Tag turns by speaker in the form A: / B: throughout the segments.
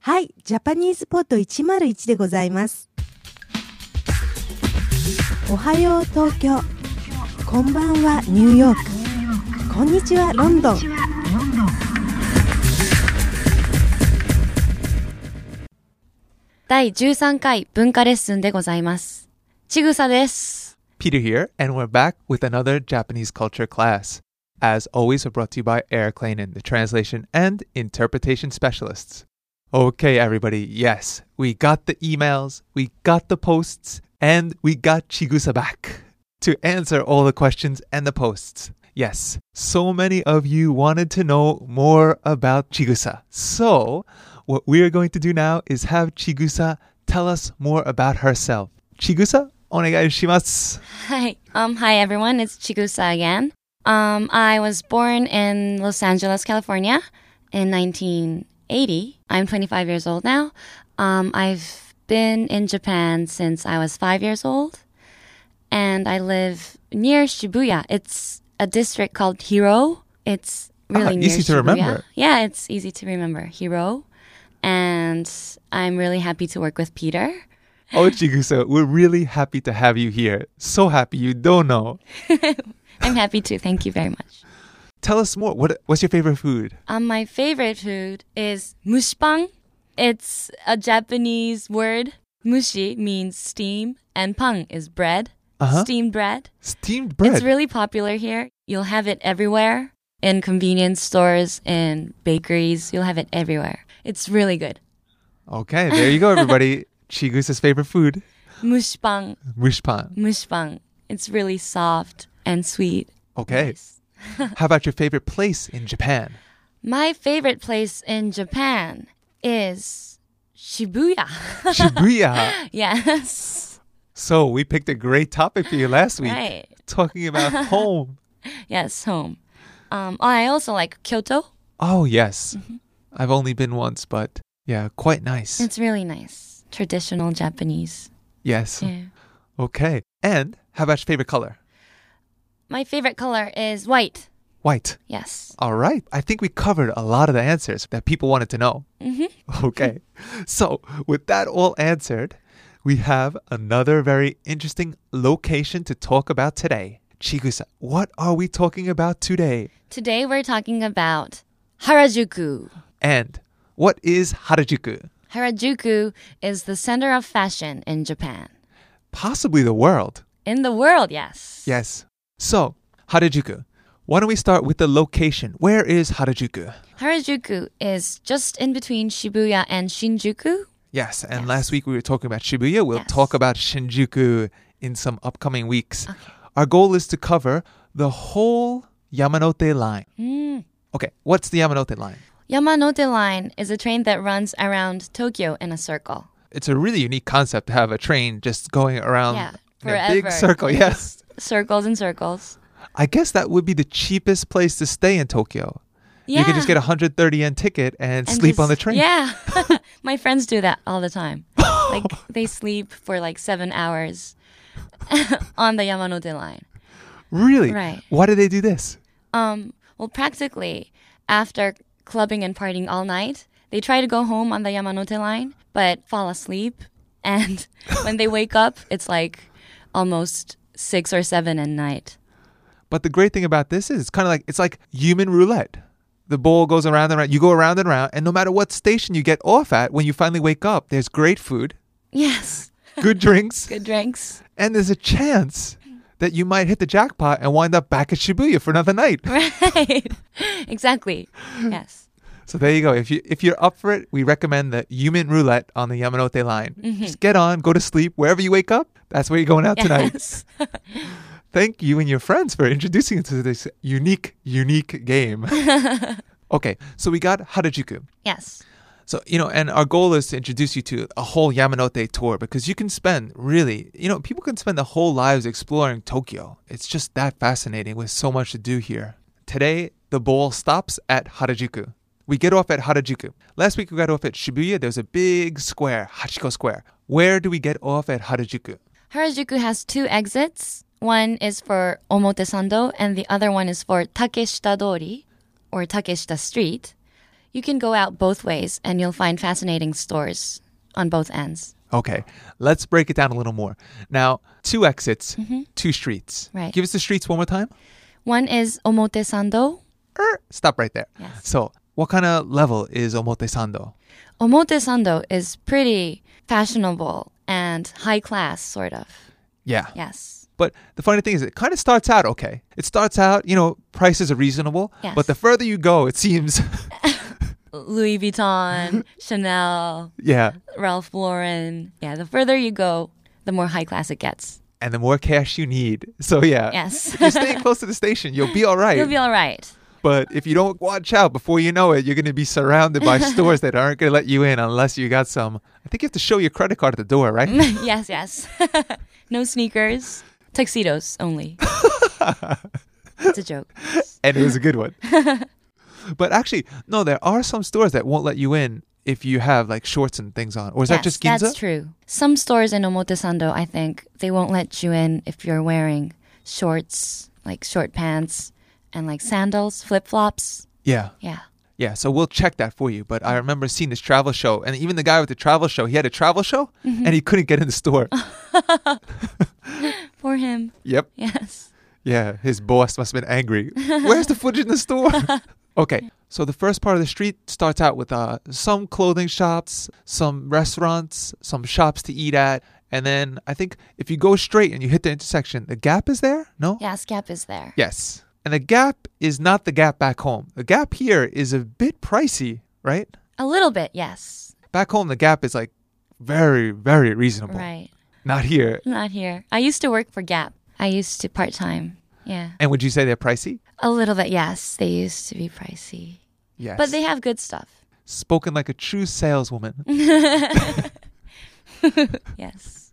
A: はい、ジャパニーズポッド101でございます。おはよう東京。こんばんはニューヨーク。こんにちはロンドン。
B: 第13回文化レッスンでございます。ちぐさです。
C: Peter here, and we're back with another Japanese culture class. As always, we're brought to you by Eric Lanin, the translation and interpretation specialists. Okay, everybody, yes, we got the emails, we got the posts, and we got Chigusa back to answer all the questions and the posts. Yes, so many of you wanted to know more about Chigusa. So, what we are going to do now is have Chigusa tell us more about herself. Chigusa, onegaishimasu.
B: Hi. Um hi everyone, it's Chigusa again. Um I was born in Los Angeles, California in 1980. I'm 25 years old now. Um I've been in Japan since I was 5 years old and I live near Shibuya. It's a district called Hiro. It's really ah,
C: easy
B: Shibuya.
C: to remember.
B: Yeah, it's easy to remember. Hiro and I'm really happy to work with Peter.
C: Oh, Chigusa, we're really happy to have you here. So happy you don't know.
B: I'm happy too. Thank you very much.
C: Tell us more. What, what's your favorite food?
B: Um, my favorite food is mushpang. It's a Japanese word. Mushi means steam, and pang is bread. Uh-huh. Steamed bread.
C: Steamed bread.
B: It's really popular here. You'll have it everywhere in convenience stores, in bakeries. You'll have it everywhere. It's really good.
C: Okay, there you go, everybody. Chigusa's favorite food.
B: Mushpang.
C: Mushpang.
B: Mushpang. It's really soft and sweet.
C: Okay. Nice. How about your favorite place in Japan?
B: My favorite place in Japan is Shibuya.
C: Shibuya.
B: yes.
C: So we picked a great topic for you last week. Right. Talking about home.
B: yes, home. Um, I also like Kyoto.
C: Oh, yes. Mm-hmm. Mm. I've only been once, but yeah, quite nice.
B: It's really nice. Traditional Japanese.
C: Yes. Yeah. Okay. And how about your favorite color?
B: My favorite color is white.
C: White.
B: Yes.
C: All right. I think we covered a lot of the answers that people wanted to know.
B: Mm-hmm.
C: Okay. so, with that all answered, we have another very interesting location to talk about today. Chigusa, what are we talking about today?
B: Today we're talking about Harajuku.
C: And what is Harajuku?
B: Harajuku is the center of fashion in Japan.
C: Possibly the world.
B: In the world, yes.
C: Yes. So, Harajuku. Why don't we start with the location? Where is Harajuku?
B: Harajuku is just in between Shibuya and Shinjuku.
C: Yes, and yes. last week we were talking about Shibuya. We'll yes. talk about Shinjuku in some upcoming weeks. Okay. Our goal is to cover the whole Yamanote line.
B: Mm.
C: Okay, what's the Yamanote line?
B: Yamanote line is a train that runs around Tokyo in a circle.
C: It's a really unique concept to have a train just going around
B: yeah,
C: a big circle. Yes,
B: circles and circles.
C: I guess that would be the cheapest place to stay in Tokyo. Yeah. You could just get a 130 yen ticket and, and sleep just, on the train.
B: Yeah. My friends do that all the time. like they sleep for like 7 hours on the Yamanote line.
C: Really?
B: Right.
C: Why do they do this?
B: Um, well, practically, after clubbing and partying all night, they try to go home on the Yamanote line, but fall asleep. And when they wake up, it's like almost six or seven at night.
C: But the great thing about this is it's kind of like it's like human roulette. The ball goes around and around. You go around and around, and no matter what station you get off at, when you finally wake up, there's great food.
B: Yes.
C: Good drinks.
B: good drinks.
C: And there's a chance that you might hit the jackpot and wind up back at Shibuya for another night.
B: Right. exactly. Yes.
C: So there you go. If you if you're up for it, we recommend the Yumin Roulette on the Yamanote line. Mm-hmm. Just get on, go to sleep. Wherever you wake up, that's where you're going out yes. tonight. Thank you and your friends for introducing us to this unique, unique game. okay, so we got Harajuku.
B: Yes.
C: So, you know, and our goal is to introduce you to a whole Yamanote tour because you can spend really, you know, people can spend their whole lives exploring Tokyo. It's just that fascinating with so much to do here. Today, the bowl stops at Harajuku. We get off at Harajuku. Last week, we got off at Shibuya. There's a big square, Hachiko Square. Where do we get off at Harajuku?
B: Harajuku has two exits. One is for Omotesando, and the other one is for Takeshita Dori or Takeshita Street. you can go out both ways and you'll find fascinating stores on both ends.
C: Okay, let's break it down a little more. Now, two exits, two streets.
B: Right.
C: Give us the streets one more time.
B: One is Omotesando.
C: Er, stop right there.
B: Yes.
C: So, what kind of level is Omotesando?
B: Omotesando is pretty fashionable and high class, sort of.
C: Yeah.
B: Yes.
C: But the funny thing is, it kind of starts out okay. It starts out, you know, prices are reasonable.
B: Yes.
C: But the further you go, it seems,
B: Louis Vuitton, Chanel,
C: yeah.
B: Ralph Lauren. Yeah, the further you go, the more high class it gets.
C: And the more cash you need. So, yeah.
B: Yes.
C: if you stay close to the station, you'll be all right.
B: You'll be all right.
C: but if you don't watch out, before you know it, you're going to be surrounded by stores that aren't going to let you in unless you got some. I think you have to show your credit card at the door, right?
B: yes, yes. no sneakers, tuxedos only. it's a joke.
C: and it was a good one. but actually, no, there are some stores that won't let you in if you have like shorts and things on. Or is that
B: Yes,
C: just Ginza?
B: That's true. Some stores in Omotesando, I think, they won't let you in if you're wearing shorts, like short pants, and like sandals, flip flops.
C: Yeah.
B: Yeah.
C: Yeah. So we'll check that for you. But I remember seeing this travel show, and even the guy with the travel show, he had a travel show
B: Mm-hmm.
C: and he couldn't get in the store.
B: For him.
C: yep.
B: Yes.
C: Yeah. His boss must have been angry. Where's the footage in the store? okay. So the first part of the street starts out with uh, some clothing shops, some restaurants, some shops to eat at. And then I think if you go straight and you hit the intersection, the gap is there? No?
B: Yes, Gap is there.
C: Yes. And the gap is not the gap back home. The gap here is a bit pricey, right?
B: A little bit, yes.
C: Back home, the gap is like very, very reasonable.
B: Right.
C: Not here.
B: Not here. I used to work for Gap. I used to part time. Yeah.
C: And would you say they're pricey?
B: A little bit, yes. They used to be pricey.
C: Yes.
B: But they Mm-hmm. have good stuff.
C: spoken like a true saleswoman.
B: Yes.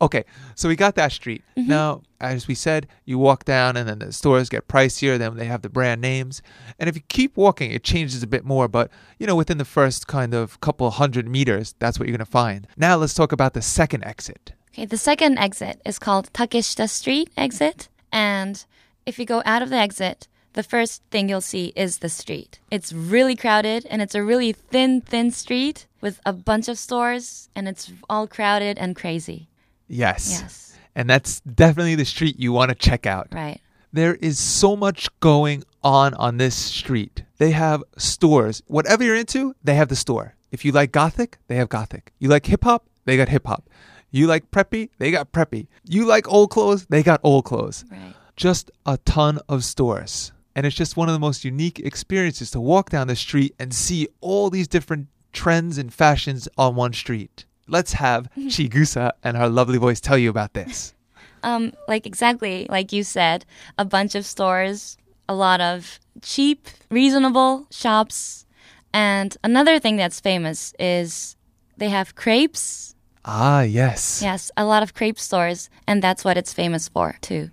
C: okay, so we got that street.
B: Mm-hmm.
C: Now, as we said, you walk down, and then the stores get pricier. Then they have the brand names, and if you keep walking, it changes a bit more. But you know, within the first kind of couple hundred meters, that's what you're gonna find. Now, let's talk about the second exit.
B: Okay, the second exit is called Takeshita Street exit. And if you go out of the exit, the first thing you'll see is the street. It's really crowded and it's a really thin, thin street with a bunch of stores and it's all crowded and crazy. Yes.
C: And that's definitely the street you want to check out.
B: Right.
C: There is so much going on on this street. They have stores. Whatever you're into, they have the store. If you like gothic, they have gothic. You like hip hop, they got hip hop. You like preppy, they got preppy. You like old clothes, they got old clothes.
B: Right.
C: Just a ton of stores. And it's just one of the most unique experiences to walk down the street and see all these different trends and fashions on one street. Let's have Chigusa and her lovely voice tell you about this.
B: Um, like exactly like you said, a bunch of stores, a lot of cheap, reasonable shops. And another thing that's famous is they have crepes
C: Ah, yes.
B: Yes, a lot of crepe stores, and that's what it's famous for, too.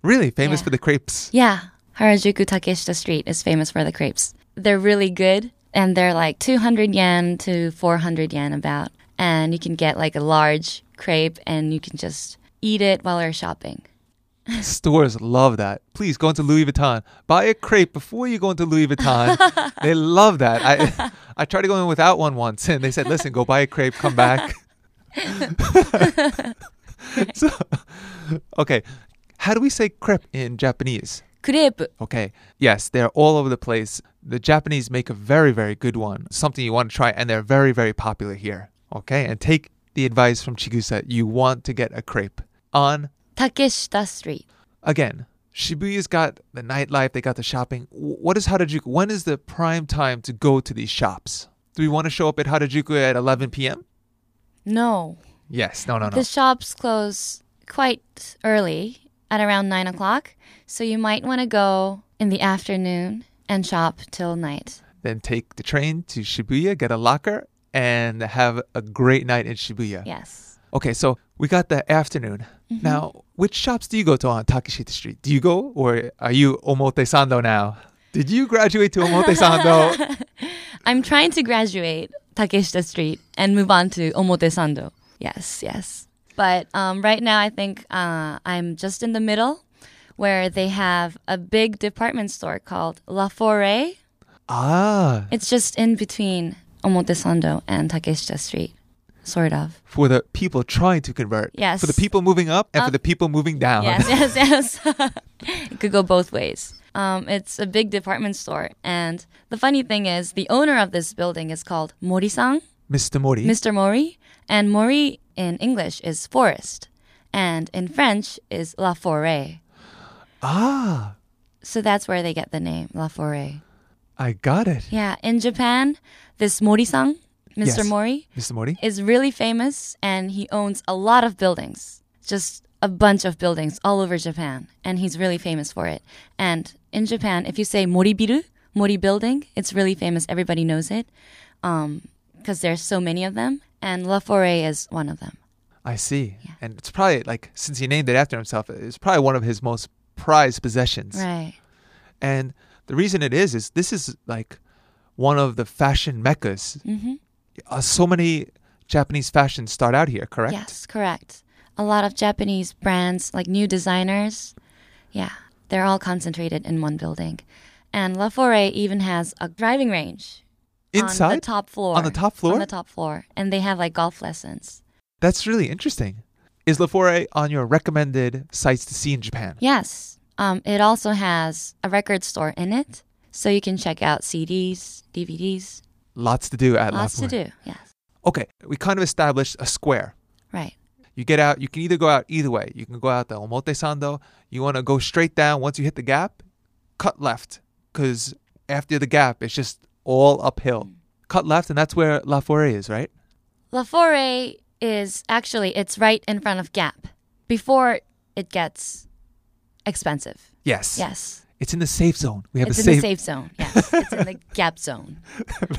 C: Really famous
B: Yeah.
C: for the crepes.
B: Yeah, Harajuku Takeshita Street is famous for the crepes. They're really good, and they're like 200 yen to 400 yen about. And you can get like a large crepe, and you can just eat it while you're shopping.
C: Stores love that. Please go into Louis Vuitton. Buy a crepe before you go into Louis Vuitton. they love that. I I tried to go in without one once and they said, "Listen, go buy a crepe, come back." so, okay. How do we say crepe in Japanese?
B: Crepe.
C: Okay. Yes, they're all over the place. The Japanese make a very, very good one, something you want to try, and they're very, very popular here. Okay. And take the advice from Chigusa. You want to get a crepe on
B: Takeshita Street.
C: again, Shibuya's got the nightlife, they got the shopping. W- What is Harajuku? When is the prime time to go to these shops? Do we want to show up at Harajuku at 11 p.m.?
B: No.
C: Yes, no, no, no.
B: The shops close quite early at around 9 o'clock, so you might want to go in the afternoon and shop till night.
C: then take the train to Shibuya, get a locker, and have a great night in Shibuya.
B: Yes.
C: Okay, so we got the afternoon.
B: Mm-hmm.
C: Now, which shops do you go to on Takeshita Street? Do you go or are you Omotesando now? Did you graduate to Omotesando?
B: I'm trying to graduate Takeshita Street and move on to Omotesando. Yes, yes. But um, right now, I think uh, I'm just in the middle where they have a big department store called La Forêt.
C: Ah,
B: It's just in between Omotesando and Takeshita Street, sort of.
C: for the people trying to convert.
B: Yes.
C: For the people moving up and for
B: Up.
C: the people moving down.
B: Yes, yes, yes. it could go both ways. Um, it's a big department store, and the funny thing is, the owner of this building is called Mori-san,
C: Mr. Mori.
B: Mr. Mori, and Mori in English is forest, and in French is La Forêt.
C: Ah,
B: So that's where they get the name La Forêt.
C: I got it.
B: Yeah, in Japan, this Mori-san, Mr.
C: Yes.
B: Mori,
C: Mr. Mori?
B: is really famous and he owns a lot of buildings, just a bunch of buildings all over Japan. And he's really famous for it. And in Japan, if you say Moribiru, Mori building, it's really famous. Everybody knows it because there's so many of them. And La Forêt is one of them.
C: I see. And it's probably like, since he named it after himself, it's probably one of his most prized possessions.
B: Right.
C: And the reason it is, is this is like one of the fashion meccas. Mm-hmm. Uh, so many Japanese fashions start out here, correct?
B: Yes, correct. A lot of Japanese brands, like new designers, yeah, they're all concentrated in one building. And La Forêt even has a driving range on the
C: Inside?
B: top floor.
C: On the top floor?
B: On the top floor. And they have like golf lessons.
C: That's really interesting. Is Lafore on your recommended sites to see in Japan?
B: Yes. Um, it also has a record store in it. So you can check out CDs, DVDs.
C: Lots to do at
B: lots to
C: Lafore.
B: do. Yes.
C: Okay, we kind of established a square.
B: Right.
C: You get out, you can either go out either way. You can go out the Omote Sando. You want to go straight down. Once you hit the gap, cut left. Because after the gap, it's just all uphill. Cut left, and that's where La Forêt is, right?
B: La Forêt is actually, it's right in front of Gap before it gets expensive.
C: Yes.
B: Yes.
C: It's in the safe zone. We have
B: It's
C: a
B: in
C: safe,
B: the safe zone. Yes. it's in the Gap zone.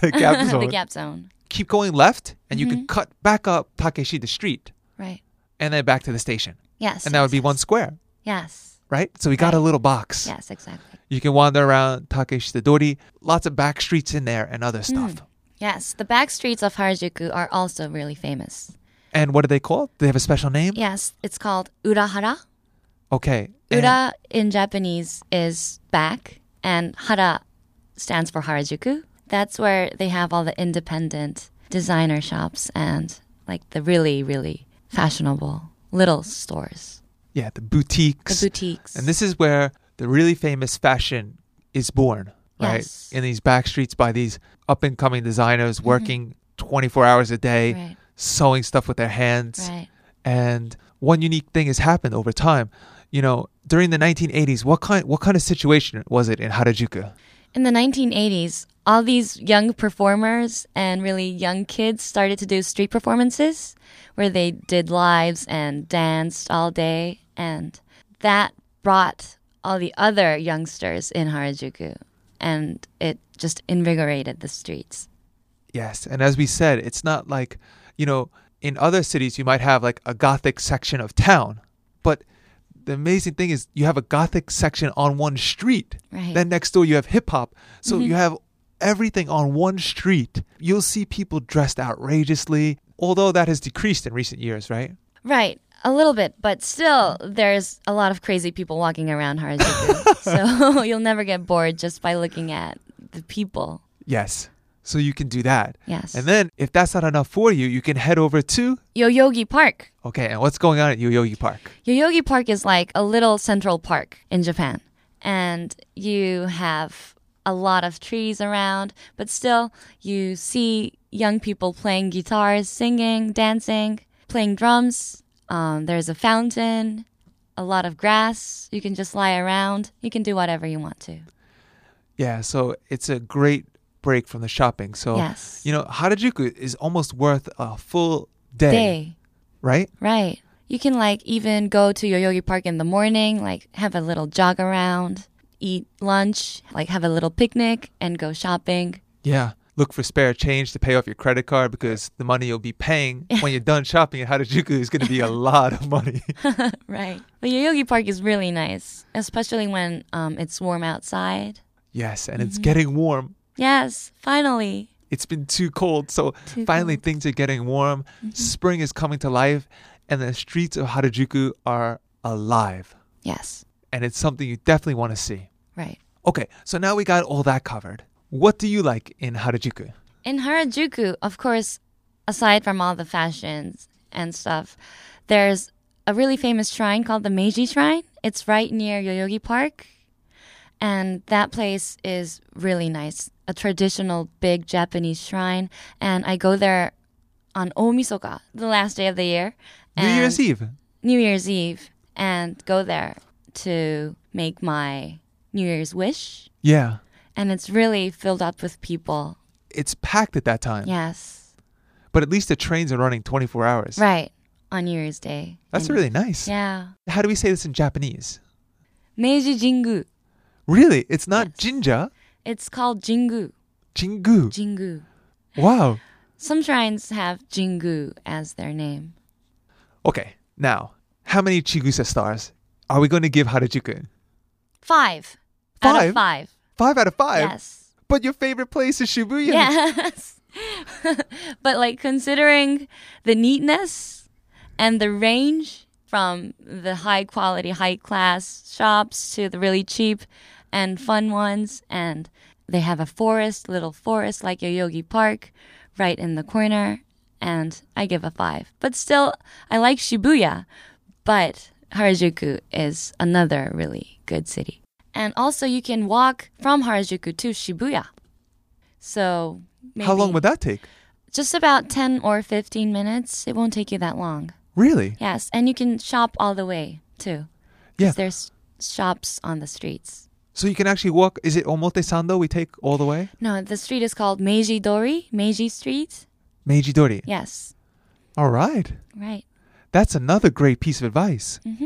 C: the gap zone.
B: the Gap zone.
C: Keep going left, and you can
B: Mm-hmm.
C: cut back up Takeshi the street,
B: Right.
C: and then back to the station.
B: Yes.
C: And that would be one square,
B: Yes.
C: right? So we got a little box.
B: Yes, exactly.
C: You can wander around Takeshi Dori. Lots of back streets in there and other stuff.
B: Mm. Yes, the back streets of Harajuku are also really famous.
C: And what are they called? Do they have a special name?
B: Yes, it's called Urahara.
C: Okay. And-
B: Ura in Japanese is back, and Hara stands for Harajuku. That's where they have all the independent designer shops and like the really, really fashionable little stores,
C: Yeah, the
B: the
C: boutiques.
B: boutiques.
C: and this is where the really famous fashion is born, right?
B: Yes. Mm-hmm.
C: In these back streets by these up and coming designers working 24 hours a day,
B: Right.
C: sewing stuff with their hands.
B: right.
C: And one unique thing has happened over time. You know, during the 1980s, what kind what kind of situation was it in Harajuku?
B: In the 1980s, all these young performers and really young kids started to do street performances where they did lives and danced all day. And that brought all the other youngsters in Harajuku and it just invigorated the streets.
C: Yes, and as we said, it's not like, you know, in other cities you might have like a gothic section of town, but the amazing thing is you have a gothic section on one street.
B: Right.
C: Then next door you have hip hop. So you have everything on one street. You'll see people dressed outrageously, although that has decreased in recent years, right?
B: Right, a little bit, but still, there's a lot of crazy people walking around Harajuku. so you'll never get bored just by looking at the people.
C: Yes. So you can do that.
B: Yes.
C: And then if that's not enough for you, you can head over to
B: Yoyogi Park.
C: Okay, and what's going on at Yoyogi Park?
B: Yoyogi Park is like a little central park in Japan. And you have a lot of trees around, but still you see young people playing guitars, singing, dancing, playing drums. Um, there's a fountain, a lot of grass. You can just lie around. You can do whatever you want to.
C: Yeah, so it's a great break from the shopping. So,
B: Yes.
C: you know, Harajuku is almost worth a full day,
B: Day.
C: right?
B: Right. You can like even go to Yoyogi Park in the morning, like have a little jog around, eat lunch, like have a little picnic and go shopping.
C: Yeah. Look for spare change to pay off your credit card because the money you'll be paying when you're done shopping at Harajuku is going to be a lot of money.
B: Right. But Yoyogi Park is really nice, especially when um, it's warm outside.
C: yes, and it's getting warm.
B: Yes, finally.
C: It's been too cold, Mm-hmm. so finally things are getting warm. Spring is coming to life, and the streets of Harajuku are alive.
B: Yes,
C: And it's something you definitely want to see.
B: right.
C: Okay, so now we got all that covered. What do you like in Harajuku?
B: In Harajuku, of course, aside from all the fashions and stuff, there's a really famous shrine called the Meiji Shrine. It's right near Yoyogi Park. And that place is really nice. A traditional big Japanese shrine. And I go there on Omisoka, the last day of the year.
C: New Year's
B: and-
C: Eve.
B: New Year's Eve and go there to make my New Year's wish.
C: Yeah.
B: And it's really filled up with people.
C: It's packed at that time.
B: Yes.
C: But at least the trains are running 24 hours.
B: Right. On New Year's Day.
C: That's
B: And-
C: really nice.
B: Yeah.
C: How do we say this in Japanese?
B: Meiji Jingu.
C: Really? It's not
B: Yes.
C: jinja,
B: It's called Jingu.
C: jingu.
B: Jingu.
C: wow.
B: Some shrines have Jingu as their name.
C: Okay. Now, how many Chigusa stars are we going to give Harajuku?
B: Five. Out
C: Five?
B: of five.
C: Five out of five.
B: Yes.
C: But your favorite place is Shibuya.
B: Yes. but like considering the neatness and the range from the high quality, high class shops to the really cheap and fun ones and they have a forest, little forest like Yoyogi Park right in the corner and I give a 5. But still I like Shibuya, but Harajuku is another really good city. And also you can walk from Harajuku to Shibuya. So maybe
C: How long would that take?
B: just about 10 or 15 minutes. It won't take you that long.
C: Really?
B: Yes, and you can shop all the way too. 'Cause
C: Yeah.
B: There's shops on the streets.
C: So you can actually walk. Is it Omote Sando we take all the way?
B: No, the street is called Meiji Dori, Meiji Street.
C: Meiji Dori.
B: Yes,
C: All right.
B: right.
C: That's another great piece of advice.
B: Mm-hmm.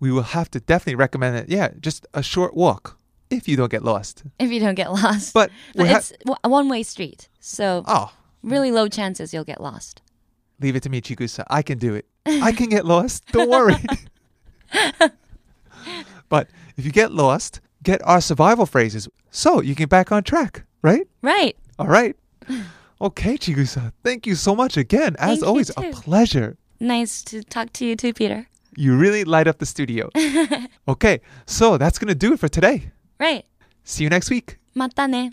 C: We will have to definitely recommend it. Yeah, just a short walk if you don't get lost.
B: If you don't get lost.
C: But
B: but
C: we ha-
B: it's w- a one way street. So
C: Oh,
B: really low chances you'll get lost.
C: leave it to me, Chigusa. I can do it. I can get lost. Don't worry. but if you get lost, get our survival phrases so you can back on track, right?
B: Right.
C: All right. Okay, Chigusa. Thank you so much again. As
B: Thank you
C: always, a
B: too.
C: pleasure.
B: Nice to talk to you too, Peter.
C: You really light up the studio. okay, so that's going to do it for today.
B: Right.
C: See you next week.
B: Mata ne.